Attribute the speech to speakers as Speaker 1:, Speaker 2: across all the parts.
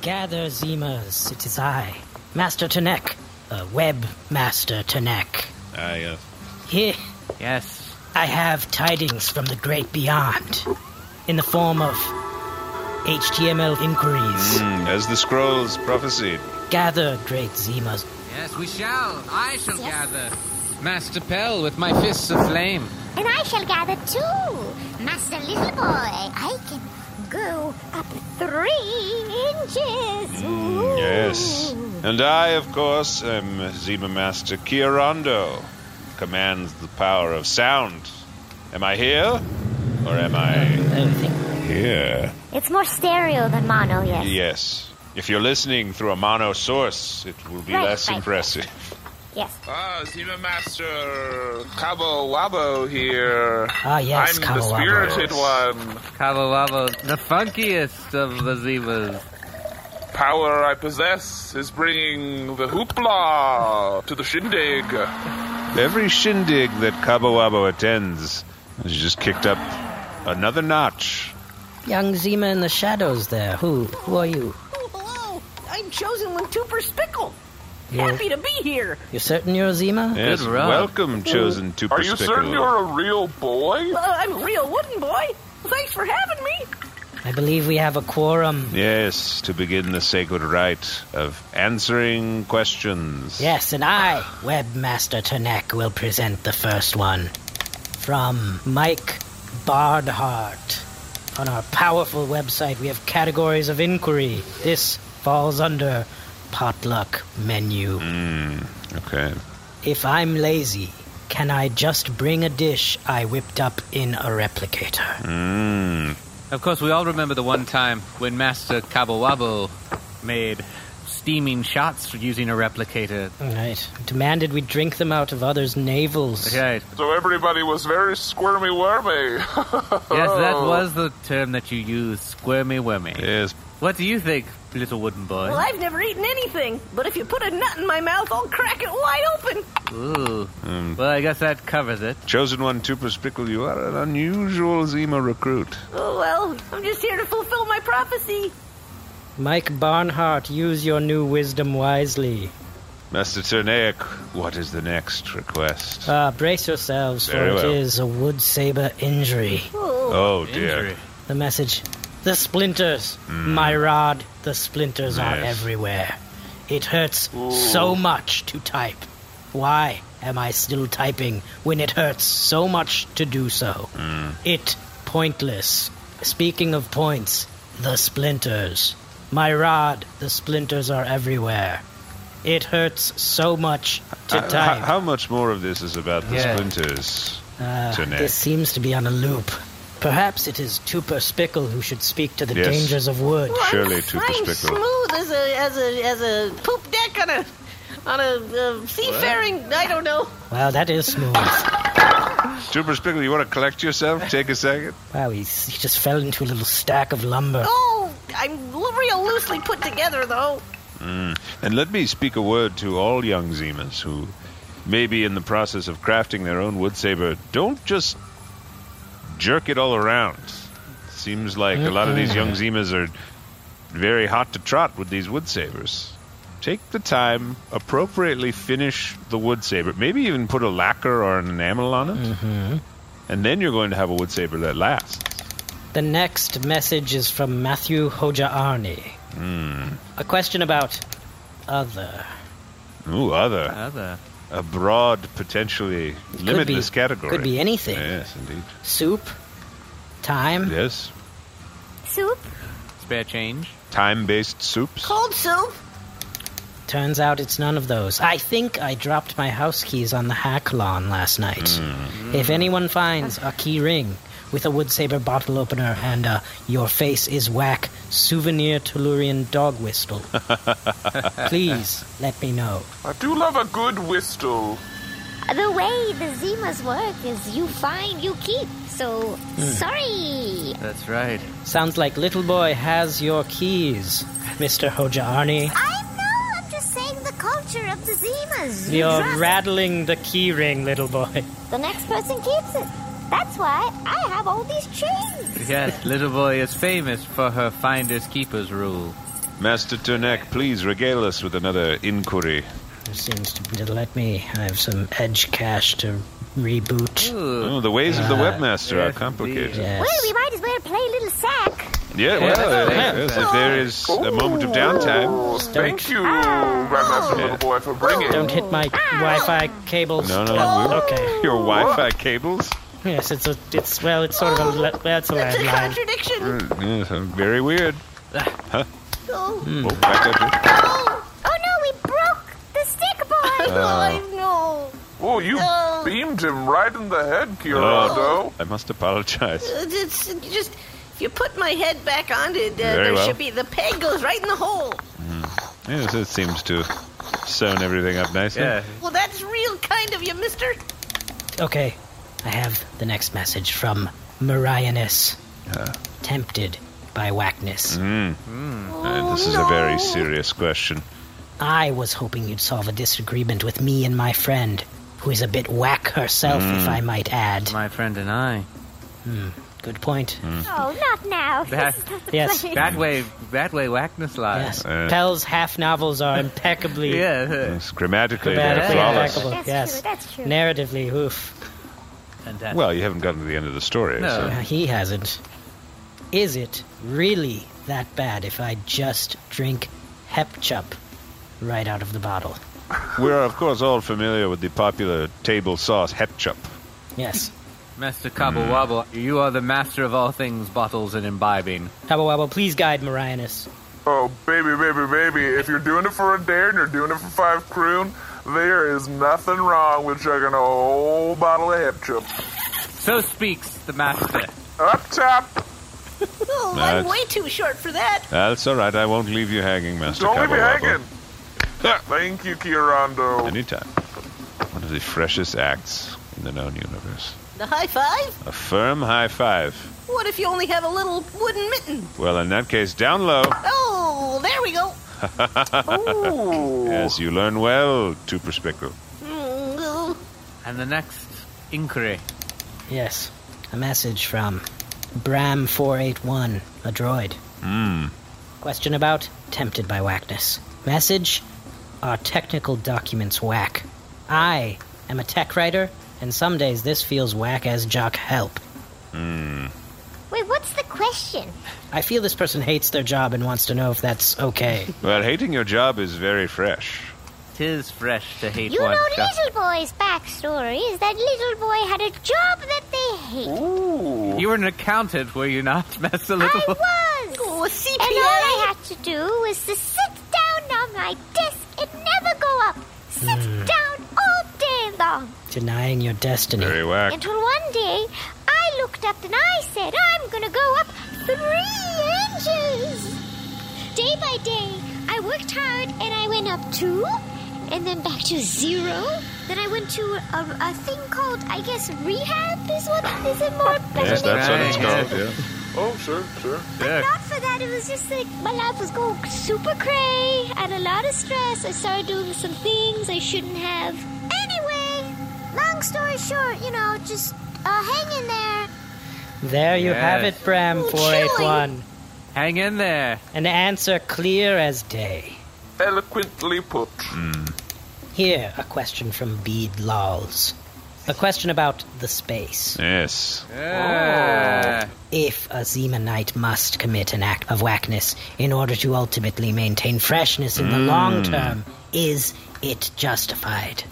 Speaker 1: Gather, Zemas. It is I, Master Tanek, uh, Web Master Tanek.
Speaker 2: I, uh,
Speaker 1: Here,
Speaker 3: Yes.
Speaker 1: I have tidings from the great beyond, in the form of HTML inquiries.
Speaker 2: as the scrolls prophesied.
Speaker 1: Gather, great Zemas.
Speaker 3: Yes, we shall. I shall
Speaker 4: Yes.
Speaker 3: gather. Master Pell with my fists of flame.
Speaker 4: And I shall gather two. Master Little Boy, I can go up three inches. Ooh.
Speaker 2: Mm, Yes. And I, of course, am Zima Master Kiarando. Commands the power of sound. Am I here? Or am I
Speaker 1: I think
Speaker 2: here?
Speaker 4: It's more stereo than mono, yes.
Speaker 2: Yes. If you're listening through a mono source, it will be
Speaker 4: Right,
Speaker 2: less
Speaker 4: right.
Speaker 2: impressive.
Speaker 4: Yes.
Speaker 5: Ah, Zima Master Cabo Wabo here.
Speaker 1: Ah, yes,
Speaker 5: I'm
Speaker 1: Cabo
Speaker 5: the
Speaker 1: Wabo.
Speaker 5: spirited one.
Speaker 3: Kawalava, the funkiest of the zebras.
Speaker 5: Power I possess is bringing the hoopla to the shindig.
Speaker 2: Every shindig that Cabo Wabo attends has just kicked up another notch.
Speaker 1: young Zima in the shadows there. Who? Who are you?
Speaker 6: Oh, hello. I'm chosen one Tooper Spickle.
Speaker 1: You're,
Speaker 6: Happy to be here.
Speaker 1: you're certain you're a Zima?
Speaker 2: Yes,
Speaker 3: run.
Speaker 2: welcome, chosen to
Speaker 5: Are you certain you're a real boy?
Speaker 6: Uh, I'm a real wooden boy. Well, thanks for having me.
Speaker 1: I believe we have a quorum.
Speaker 2: Yes, to begin the sacred rite of answering questions.
Speaker 1: Yes, and I, Webmaster Tanek, will present the first one. From Mike Bardhart. On our powerful website, we have categories of inquiry. This falls under potluck menu.
Speaker 2: Hmm. Okay.
Speaker 1: If I'm lazy, can I just bring a dish I whipped up in a replicator?
Speaker 2: Mm.
Speaker 3: Of course, we all remember the one time when Master Kawalava made steaming shots using a replicator.
Speaker 1: Right. Demanded we drink them out of others' navels.
Speaker 3: Okay.
Speaker 5: So everybody was very squirmy wormy.
Speaker 3: Yes, that was the term that you used, squirmy wormy.
Speaker 2: Yes.
Speaker 3: What do you think, little wooden boy?
Speaker 6: Well, I've never eaten anything, but if you put a nut in my mouth, I'll crack it wide open.
Speaker 3: Ooh. Well, I guess that covers it.
Speaker 2: Chosen one, Tupus Pickle, you are an unusual Zima recruit.
Speaker 6: Oh, well, I'm just here to fulfill my prophecy.
Speaker 1: Mike Barnhart, use your new wisdom wisely.
Speaker 2: Master Ternaic, what is the next request?
Speaker 1: Ah, brace yourselves, for
Speaker 2: Very
Speaker 1: it
Speaker 2: well.
Speaker 1: is a wood saber injury.
Speaker 6: Oh,
Speaker 2: oh,
Speaker 3: Injury.
Speaker 2: dear.
Speaker 1: The message The splinters, my rod, the splinters are
Speaker 2: Mm. Yes.
Speaker 1: everywhere. It hurts so much to type. Why am I still typing when it hurts so much to do so?
Speaker 2: Mm.
Speaker 1: It pointless. Speaking of points, the splinters. My rod, the splinters are everywhere. It hurts so much to
Speaker 2: Uh, h-
Speaker 1: type.
Speaker 2: how much more of this is about the
Speaker 3: Yeah.
Speaker 2: splinters?
Speaker 1: Ah,
Speaker 2: Jeanette.
Speaker 1: this seems to be on a loop. Perhaps it is Tupper Spickle who should speak to the
Speaker 2: Yes.
Speaker 1: dangers of wood.
Speaker 6: well,
Speaker 2: Surely
Speaker 6: I'm,
Speaker 2: Tooper
Speaker 6: I'm
Speaker 2: Spickle.
Speaker 6: smooth as a as a as a poop deck on a on a uh, seafaring. I don't know.
Speaker 1: Wow, that is smooth.
Speaker 2: Tupus Pickle, you want to collect yourself? Take a second.
Speaker 1: Wow, he's, he just fell into a little stack of lumber.
Speaker 6: Oh, I'm l- real loosely put together though.
Speaker 2: And let me speak a word to all young Zemas who may be in the process of crafting their own wood saber. Don't just jerk it all around. Seems like a lot of these young Zemas are very hot to trot with these wood sabers. Take the time, appropriately finish the wood saber. Maybe even put a lacquer or an enamel on it.
Speaker 1: Mm-hmm.
Speaker 2: And then you're going to have a wood saber that lasts.
Speaker 1: The next message is from Matthew Hoja Arni. A question about other.
Speaker 2: Ooh, other.
Speaker 3: Other.
Speaker 2: A broad, potentially
Speaker 1: be-
Speaker 2: limitless category.
Speaker 1: Could be anything.
Speaker 2: Yes, indeed.
Speaker 1: Soup? Time?
Speaker 2: Yes.
Speaker 4: Soup?
Speaker 3: Spare change.
Speaker 2: Time based soups?
Speaker 6: Cold soup.
Speaker 1: Turns out it's none of those. I think I dropped my house keys on the hack lawn last night. If anyone finds a key ring with a wood saber bottle opener and a your face is whack souvenir Tellurian dog whistle, please let me know.
Speaker 5: I do love a good whistle.
Speaker 4: The way the Zimas work is you find, you keep. So, sorry.
Speaker 3: That's right.
Speaker 1: Sounds like little boy has your keys, Mr. Hoja Arni.
Speaker 4: I know, I'm just saying the culture of the Zimas. You
Speaker 1: You're
Speaker 4: trust-
Speaker 1: rattling the key ring, little boy.
Speaker 4: The next person keeps it. That's why I have all these chains.
Speaker 3: Yes, little boy is famous for her finders keepers rule.
Speaker 2: Master Turnek, please regale us with another inquiry.
Speaker 1: It seems to let me. I have some edge cash to reboot.
Speaker 3: Ooh.
Speaker 2: Oh, the ways of the
Speaker 1: Uh,
Speaker 2: webmaster are
Speaker 3: yes,
Speaker 2: complicated.
Speaker 3: indeed.
Speaker 1: Yes.
Speaker 4: Well, we might as well play a little sack.
Speaker 2: Yeah,
Speaker 3: Yeah,
Speaker 2: well,
Speaker 3: that's
Speaker 2: yes, if there is a moment of downtime.
Speaker 5: Ooh, Oh, Thank
Speaker 1: Don't- Ah.
Speaker 5: you, Grandmaster
Speaker 2: Yeah.
Speaker 5: Little Boy, for bringing.
Speaker 1: Don't hit my Wi-Fi cables.
Speaker 2: No, no,
Speaker 1: Oh,
Speaker 2: we-
Speaker 1: Okay.
Speaker 2: Your Wi Fi cables?
Speaker 1: Yes, it's a. It's well. It's sort of a. le- Well, it's a
Speaker 6: That's a
Speaker 1: landline.
Speaker 6: contradiction.
Speaker 2: Yes, uh, very weird.
Speaker 6: Oh,
Speaker 2: Oh, back up here.
Speaker 6: oh,
Speaker 4: Oh no, we broke the stick boy.
Speaker 6: I know.
Speaker 5: Oh, you
Speaker 6: No.
Speaker 5: beamed him right in the head,
Speaker 2: Oh,
Speaker 5: Kirado.
Speaker 2: I must apologize.
Speaker 6: It's just if you put my head back on it, uh,
Speaker 2: Very
Speaker 6: there
Speaker 2: well.
Speaker 6: should be the peg goes right in the hole.
Speaker 2: Yes, it seems to have sewn everything up nicely.
Speaker 3: Yeah.
Speaker 6: Well, that's real kind of you, Mister.
Speaker 1: Okay, I have the next message from Marianus. Tempted by whackness.
Speaker 2: Hmm. And this is a very serious question.
Speaker 1: I was hoping you'd solve a disagreement with me and my friend, who is a bit whack herself,
Speaker 2: Mm.
Speaker 1: if I might add.
Speaker 3: My friend and I.
Speaker 1: Good point.
Speaker 2: Mm.
Speaker 4: Oh, not now.
Speaker 3: That-
Speaker 4: This is not the
Speaker 1: Yes.
Speaker 4: place.
Speaker 3: That way, that way, whackness lies.
Speaker 1: Yes.
Speaker 2: Uh,
Speaker 1: Pell's half novels are impeccably.
Speaker 3: Yeah.
Speaker 2: Yes, grammatically, they're
Speaker 1: Grammatically
Speaker 2: flawless.
Speaker 1: impeccable.
Speaker 4: That's
Speaker 1: yes.
Speaker 4: true, that's true.
Speaker 1: Narratively, oof.
Speaker 3: And that-
Speaker 2: Well, you haven't gotten to the end of the story.
Speaker 3: No.
Speaker 2: So.
Speaker 1: Uh, he hasn't. Is it really that bad if I just drink Hepchup right out of the bottle?
Speaker 2: We're, of course, all familiar with the popular table sauce Hepchup.
Speaker 1: Yes.
Speaker 3: Master Cobble Wobble, you are the master of all things bottles and imbibing.
Speaker 1: Habba Wabba, please guide Marianus.
Speaker 5: Oh, baby, baby, baby. If you're doing it for a dare and you're doing it for five croon, there is nothing wrong with chugging a whole bottle of hip chip.
Speaker 3: So speaks the master.
Speaker 5: Up top!
Speaker 6: Oh, I'm
Speaker 2: That's-
Speaker 6: way too short for that.
Speaker 2: That's all right. I won't leave you hanging, Master
Speaker 5: Don't leave me
Speaker 2: Cobblewobble.
Speaker 5: hanging! Thank you, Kirando.
Speaker 2: Anytime. One of the freshest acts in the known universe.
Speaker 6: The high five.
Speaker 2: A firm high five.
Speaker 6: What if you only have a little wooden mitten?
Speaker 2: Well, in that case, down low.
Speaker 6: Oh, there we go.
Speaker 5: Ooh.
Speaker 2: As you learn well, to perspicuous.
Speaker 6: Mm, oh.
Speaker 3: And the next inquiry.
Speaker 1: Yes. A message from Bram481, a droid. Hmm. Question about Tempted by Whackness. Message Are technical documents whack? I am a tech writer, and some days this feels whack as jock help.
Speaker 4: Wait, what's the question?
Speaker 1: I feel this person hates their job and wants to know if that's okay.
Speaker 2: Well, hating your job is very fresh.
Speaker 3: Tis fresh to hate
Speaker 4: You
Speaker 3: one.
Speaker 4: know Little Boy's backstory is that Little Boy had a job that they hated.
Speaker 5: Ooh.
Speaker 3: You were an accountant, were you not, Master
Speaker 4: I
Speaker 3: Little?
Speaker 4: was!
Speaker 6: Oh, a
Speaker 4: And all I
Speaker 6: CPA.
Speaker 4: had to do was to sit down on my desk and never go up. Sit
Speaker 1: Hmm.
Speaker 4: down all day long.
Speaker 1: Denying your destiny.
Speaker 2: Very whack.
Speaker 4: Until one day, I looked up and I said, I'm gonna go up three inches. Day by day, I worked hard and I went up two, and then back to zero. Then I went to a, a thing called, I guess, rehab is what is it more better
Speaker 2: Yes,
Speaker 4: than
Speaker 2: that's what it's
Speaker 3: Right.
Speaker 2: called. Yeah.
Speaker 5: Oh, sure, sure.
Speaker 4: but not for that. It was just like my life was going super cray. I had a lot of stress. I started doing some things I shouldn't have. Anyway, long story short, you know, just uh, hang in there.
Speaker 1: There you have it,
Speaker 3: Yes.
Speaker 1: Bram481.
Speaker 3: Hang in there.
Speaker 1: An answer clear as day.
Speaker 5: Eloquently put.
Speaker 1: Here, a question from Bede Lals. A question about the space.
Speaker 2: Yes.
Speaker 3: Yeah.
Speaker 1: If a Zemanite must commit an act of whackness in order to ultimately maintain freshness in the long term, is it justified?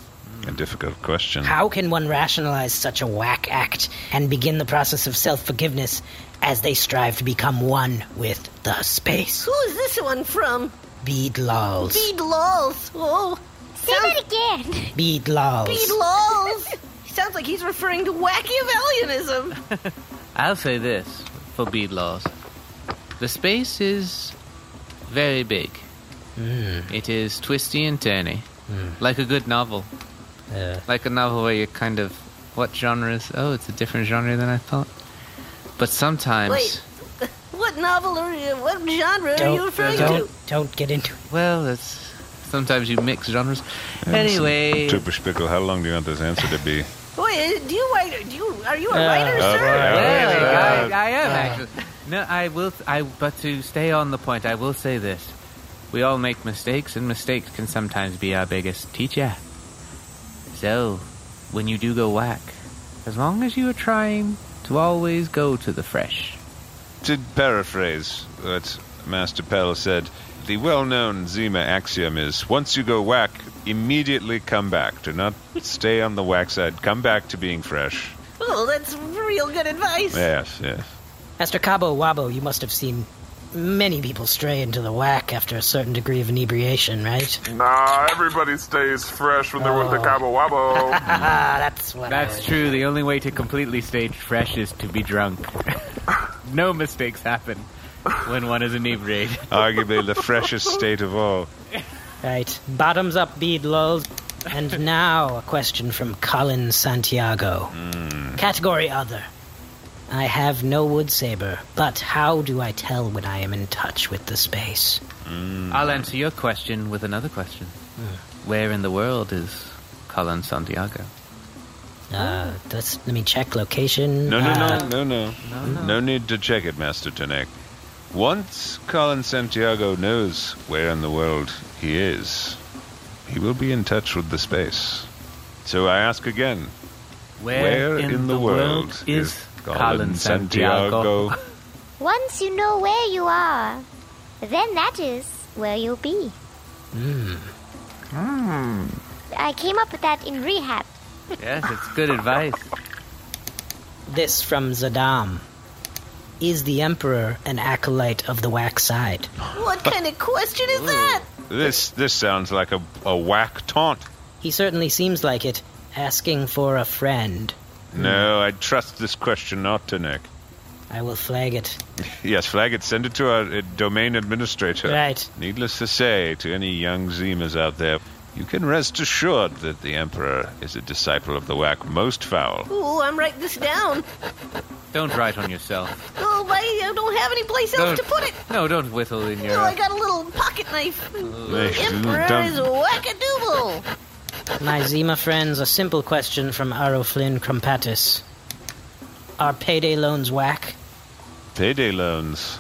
Speaker 2: A difficult question.
Speaker 1: How can one rationalize such a whack act and begin the process of self forgiveness as they strive to become one with the space?
Speaker 6: Who is this one from?
Speaker 1: Bede Lals.
Speaker 6: Bead lols. Oh,
Speaker 4: Say that again.
Speaker 1: Bede Lals.
Speaker 6: bead lols. Sounds like he's referring to Machiavellianism.
Speaker 3: I'll say this for bead laws. The space is very big. It is twisty and turny. Like a good novel.
Speaker 1: Uh,
Speaker 3: Like a novel where you're kind of what genre is oh, it's a different genre than I thought. But sometimes
Speaker 6: Wait. What novel are you? What genre are
Speaker 1: don't,
Speaker 6: you referring
Speaker 1: don't,
Speaker 6: to?
Speaker 1: don't get into
Speaker 3: well it's sometimes you mix genres.
Speaker 2: And
Speaker 3: anyway
Speaker 2: To perspicuous, how long do you want this answer to be?
Speaker 6: Boy, uh, do you write? Do you are you a
Speaker 1: Uh,
Speaker 6: writer,
Speaker 2: uh,
Speaker 6: sir?
Speaker 2: yeah.
Speaker 3: Yeah,
Speaker 2: Yeah.
Speaker 3: like, I, I am
Speaker 1: Yeah.
Speaker 3: actually. No, I will. I but to stay on the point, I will say this: We all make mistakes, and mistakes can sometimes be our biggest teacher. So, when you do go whack, as long as you are trying to always go to the fresh.
Speaker 2: To paraphrase what Master Pell said, the well known Zima axiom is once you go whack, immediately come back. Do not stay on the whack side. Come back to being fresh.
Speaker 6: Oh, that's real good advice.
Speaker 2: Yes, yes.
Speaker 1: Master Cabo Wabo, you must have seen many people stray into the whack after a certain degree of inebriation, right?
Speaker 5: Nah, everybody stays fresh when they're with the
Speaker 1: Oh.
Speaker 5: Cabo
Speaker 6: Mm.
Speaker 5: Wabo.
Speaker 1: Ah, that's what. I
Speaker 3: That's
Speaker 1: was-
Speaker 3: true. The only way to completely stay fresh is to be drunk. no mistakes happen when one is inebriated.
Speaker 2: Arguably the freshest state of all.
Speaker 1: Right. Bottoms up, bead lulls. And now a question from Colin Santiago.
Speaker 2: Mm.
Speaker 1: Category other. I have no wood saber, but how do I tell when I am in touch with the space?
Speaker 3: I'll answer your question with another question. Where in the world is Colin Santiago?
Speaker 6: Oh.
Speaker 1: Uh, that's, let me check location.
Speaker 2: No, no,
Speaker 1: Uh,
Speaker 2: no, no, no. No need to check it, Master Tenek. Once Colin Santiago knows where in the world he is, he will be in touch with the space. So I ask again,
Speaker 3: Where,
Speaker 4: Once you know where you are, then that is where you'll be. I came up with that in rehab.
Speaker 3: yes, it's good advice.
Speaker 1: This from Zadam. Is the Emperor an acolyte of the Wax Side?
Speaker 6: What kind of question is that?
Speaker 2: This this sounds like a, a whack taunt.
Speaker 1: He certainly seems like it, asking for a friend.
Speaker 2: No, I trust this question not, Tenek.
Speaker 1: I will flag it.
Speaker 2: Yes, flag it. Send it to our uh, domain administrator.
Speaker 1: Right.
Speaker 2: Needless to say, to any young Zimas out there, you can rest assured that the Emperor is a disciple of the whack most foul.
Speaker 6: Ooh, I'm writing this down.
Speaker 3: Don't write on yourself.
Speaker 6: Oh, I don't have any place
Speaker 3: Don't-
Speaker 6: else to put it.
Speaker 3: No, don't whittle in
Speaker 6: Oh, I
Speaker 3: your.
Speaker 6: got a little pocket knife. Emperor is
Speaker 2: Don't-
Speaker 6: wackadoodle.
Speaker 1: My Zima friends, a simple question from Aro Flynn Crumpatis. Are payday loans whack?
Speaker 2: Payday loans.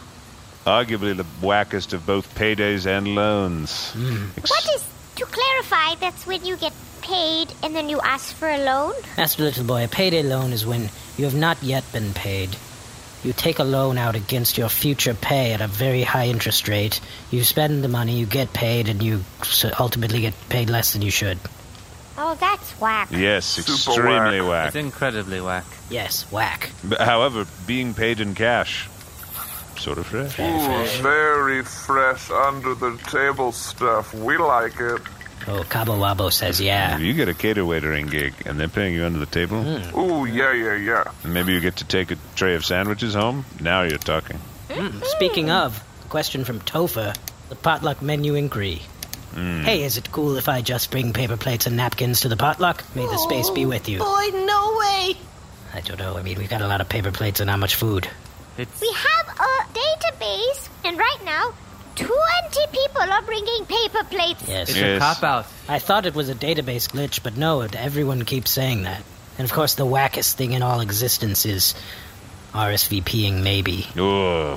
Speaker 2: Arguably the wackest of both paydays and loans. Ex-
Speaker 4: What is, to clarify, that's when you get paid and then you ask for a loan?
Speaker 1: Master Little Boy, a payday loan is when you have not yet been paid. You take a loan out against your future pay at a very high interest rate. You spend the money, you get paid, and you s- ultimately get paid less than you should.
Speaker 4: Oh, that's whack.
Speaker 2: Yes,
Speaker 5: Super
Speaker 2: extremely whack.
Speaker 3: It's incredibly whack.
Speaker 1: Yes, whack.
Speaker 2: But However, being paid in cash, sort of fresh.
Speaker 5: Ooh, very fresh under the table stuff. We like it.
Speaker 1: Oh, Cabo Wabo says
Speaker 2: If
Speaker 1: yeah.
Speaker 2: you get a cater waitering gig and they're paying you under the table,
Speaker 5: Ooh, yeah, yeah, yeah.
Speaker 2: and maybe you get to take a tray of sandwiches home, now you're talking.
Speaker 1: Speaking of, question from Topher, the potluck menu inquiry. Hey, is it cool if I just bring paper plates and napkins to the potluck? May the space be with you.
Speaker 6: Oh, Boy, no way.
Speaker 1: I don't know. I mean, we've got a lot of paper plates and how much food?
Speaker 3: It's
Speaker 4: We have a database, and right now, 20 people are bringing paper plates.
Speaker 1: Yes.
Speaker 3: it's
Speaker 2: Yes.
Speaker 3: a cop out.
Speaker 1: I thought it was a database glitch, but no, it- everyone keeps saying that. And of course, the wackest thing in all existence is RSVPing maybe
Speaker 2: Oh,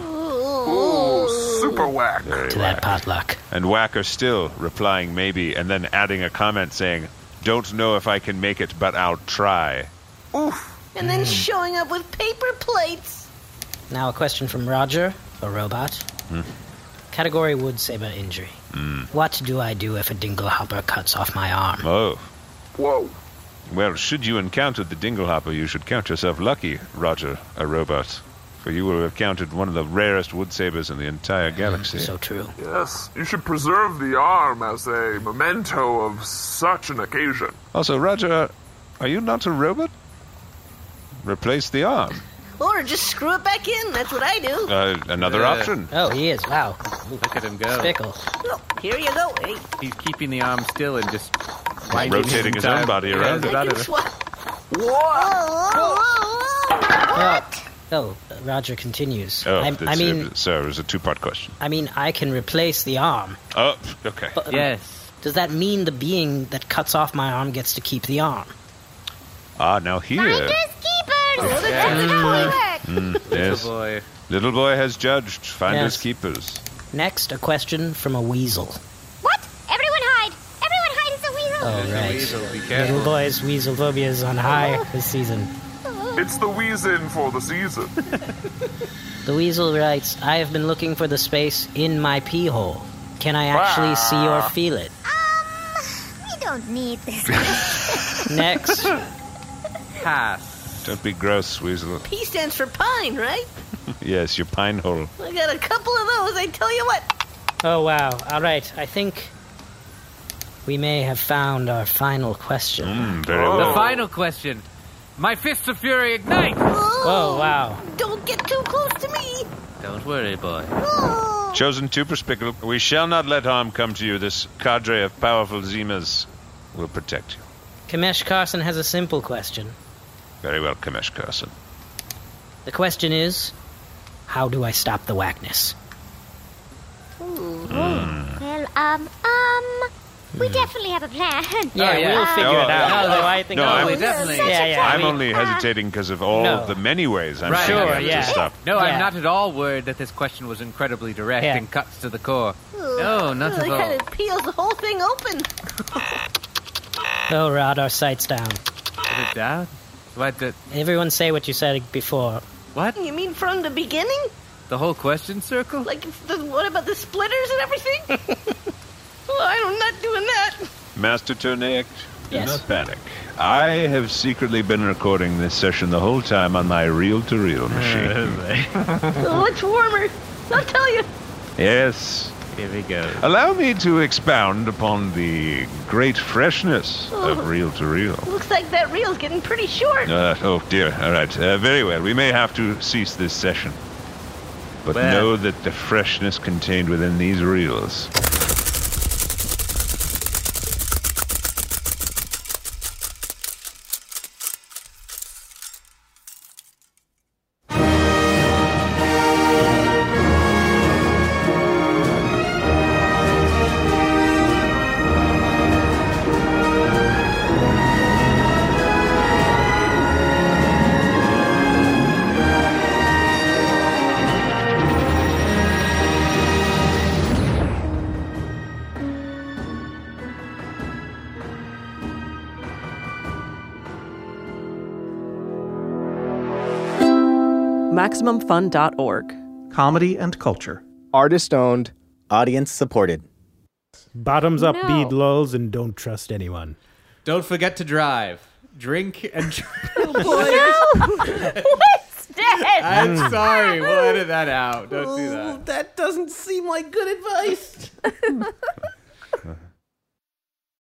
Speaker 5: Ooh, super whack.
Speaker 2: very
Speaker 1: to that
Speaker 2: whack.
Speaker 1: potluck.
Speaker 2: And whacker still replying maybe, and then adding a comment saying, "Don't know if I can make it, but I'll try."
Speaker 6: And then
Speaker 2: Mm.
Speaker 6: showing up with paper plates.
Speaker 1: Now, a question from Roger, a robot. Category wood saber injury. What do I do if a dinglehopper cuts off my arm?
Speaker 2: Oh,
Speaker 5: Whoa.
Speaker 2: well, should you encounter the dinglehopper, you should count yourself lucky, Roger, a robot, for you will have counted one of the rarest wood sabers in the entire galaxy.
Speaker 1: So true.
Speaker 5: Yes, you should preserve the arm as a memento of such an occasion.
Speaker 2: Also, Roger, are you not a robot? Replace the arm.
Speaker 6: Or just screw it back in. That's what I do.
Speaker 2: Uh, another
Speaker 3: Yeah.
Speaker 2: option.
Speaker 1: Oh, he is. Wow.
Speaker 3: Look at him go.
Speaker 1: Fickle.
Speaker 6: Oh, here you go. Hey,
Speaker 3: He's keeping the arm still and just winding
Speaker 2: rotating his own
Speaker 3: entire-
Speaker 2: body around
Speaker 3: Yeah,
Speaker 6: I
Speaker 2: it.
Speaker 3: out
Speaker 6: can
Speaker 3: of it.
Speaker 6: swap.
Speaker 1: Oh, oh, Roger continues.
Speaker 2: Oh,
Speaker 1: I,
Speaker 2: that's,
Speaker 1: I mean,
Speaker 2: uh, sorry, it was a two-part question.
Speaker 1: I mean, I can replace the arm.
Speaker 2: Oh, okay.
Speaker 1: But, um,
Speaker 3: Yes.
Speaker 1: Does that mean the being that cuts off my arm gets to keep the arm?
Speaker 2: Ah, now here, Mm,
Speaker 4: Finders, keepers!
Speaker 3: Yeah.
Speaker 4: That's how we work.
Speaker 2: yes,
Speaker 3: Good Oh, boy.
Speaker 2: little boy has judged. Finders
Speaker 1: Yes.
Speaker 2: keepers.
Speaker 1: Next, a question from a weasel.
Speaker 4: What? Everyone hide! Everyone hide! It's a weasel!
Speaker 1: Oh,
Speaker 3: There's a
Speaker 1: right.
Speaker 3: weasel, be
Speaker 1: Little
Speaker 3: careful.
Speaker 1: boys, weasel phobia is on high this season.
Speaker 4: Oh.
Speaker 5: It's the wheezin' for the season.
Speaker 1: The weasel writes, I have been looking for the space in my pee hole. Can I actually see or feel it?
Speaker 4: Um, we don't need this.
Speaker 1: Next,
Speaker 3: Pass.
Speaker 2: Don't be gross, Weasel.
Speaker 6: P stands for pine, right?
Speaker 2: Yes, your pine hole.
Speaker 6: I got a couple of those. I tell you what.
Speaker 1: Oh wow! All right, I think we may have found our final question.
Speaker 2: Mm, very
Speaker 5: Oh.
Speaker 3: The
Speaker 2: well.
Speaker 3: final question. My fists of fury ignite!
Speaker 1: Oh wow!
Speaker 6: Don't get too close to me.
Speaker 3: Don't worry, boy.
Speaker 6: Oh.
Speaker 2: Chosen too perspicuous, we shall not let harm come to you. This cadre of powerful Zimas will protect you.
Speaker 1: Kamesh Carson has a simple question.
Speaker 2: Very well, Kamesh Carson.
Speaker 1: The question is, how do I stop the whackness?
Speaker 4: well, um, um, we definitely have a plan. Um,
Speaker 1: Yeah,
Speaker 3: yeah.
Speaker 1: we'll figure
Speaker 2: No,
Speaker 1: it out.
Speaker 2: no,
Speaker 1: although I think
Speaker 2: no,
Speaker 1: I
Speaker 2: I'm-
Speaker 3: Oh,
Speaker 1: would-
Speaker 3: definitely.
Speaker 4: Such a
Speaker 1: Yeah, yeah.
Speaker 2: I'm
Speaker 4: plan.
Speaker 2: only hesitating because of all
Speaker 1: No.
Speaker 2: the many ways I'm
Speaker 3: Right.
Speaker 2: sure,
Speaker 1: Sure,
Speaker 2: have
Speaker 1: yeah.
Speaker 2: to stop.
Speaker 3: No,
Speaker 1: Yeah.
Speaker 3: I'm not at all worried that this question was incredibly direct
Speaker 1: Yeah.
Speaker 3: and cuts to the core.
Speaker 6: Oh,
Speaker 3: No, not
Speaker 6: It
Speaker 3: at all.
Speaker 6: kind of peels the whole thing open.
Speaker 1: Oh, Rod, our sights down.
Speaker 3: Is it down? What the,
Speaker 1: Everyone say what you said before.
Speaker 3: what?
Speaker 6: You mean from the beginning?
Speaker 3: The whole question circle?
Speaker 6: Like, the, what about the splitters and everything? well, I'm not doing that.
Speaker 2: Master Ternaic, do
Speaker 1: Yes.
Speaker 2: not panic. I have secretly been recording this session the whole time on my reel-to-reel machine.
Speaker 6: Oh, it's warmer. I'll tell you.
Speaker 2: yes.
Speaker 3: Here we go.
Speaker 2: Allow me to expound upon the great freshness of reel-to-reel.
Speaker 6: Looks like that reel's getting pretty short.
Speaker 2: Uh, oh dear. All right. Uh, very well. We may have to cease this session. But
Speaker 3: Well-
Speaker 2: know that the freshness contained within these reels.
Speaker 7: MaximumFun.org.
Speaker 8: comedy and culture.
Speaker 9: Artist owned, audience supported.
Speaker 10: Bottoms up
Speaker 4: No.
Speaker 10: bead lulls and don't trust anyone.
Speaker 11: Don't forget to drive. Drink and drive.
Speaker 6: What's that?
Speaker 11: I'm sorry. We'll edit that out. Don't do
Speaker 7: Well,
Speaker 11: that.
Speaker 7: that doesn't seem like good advice.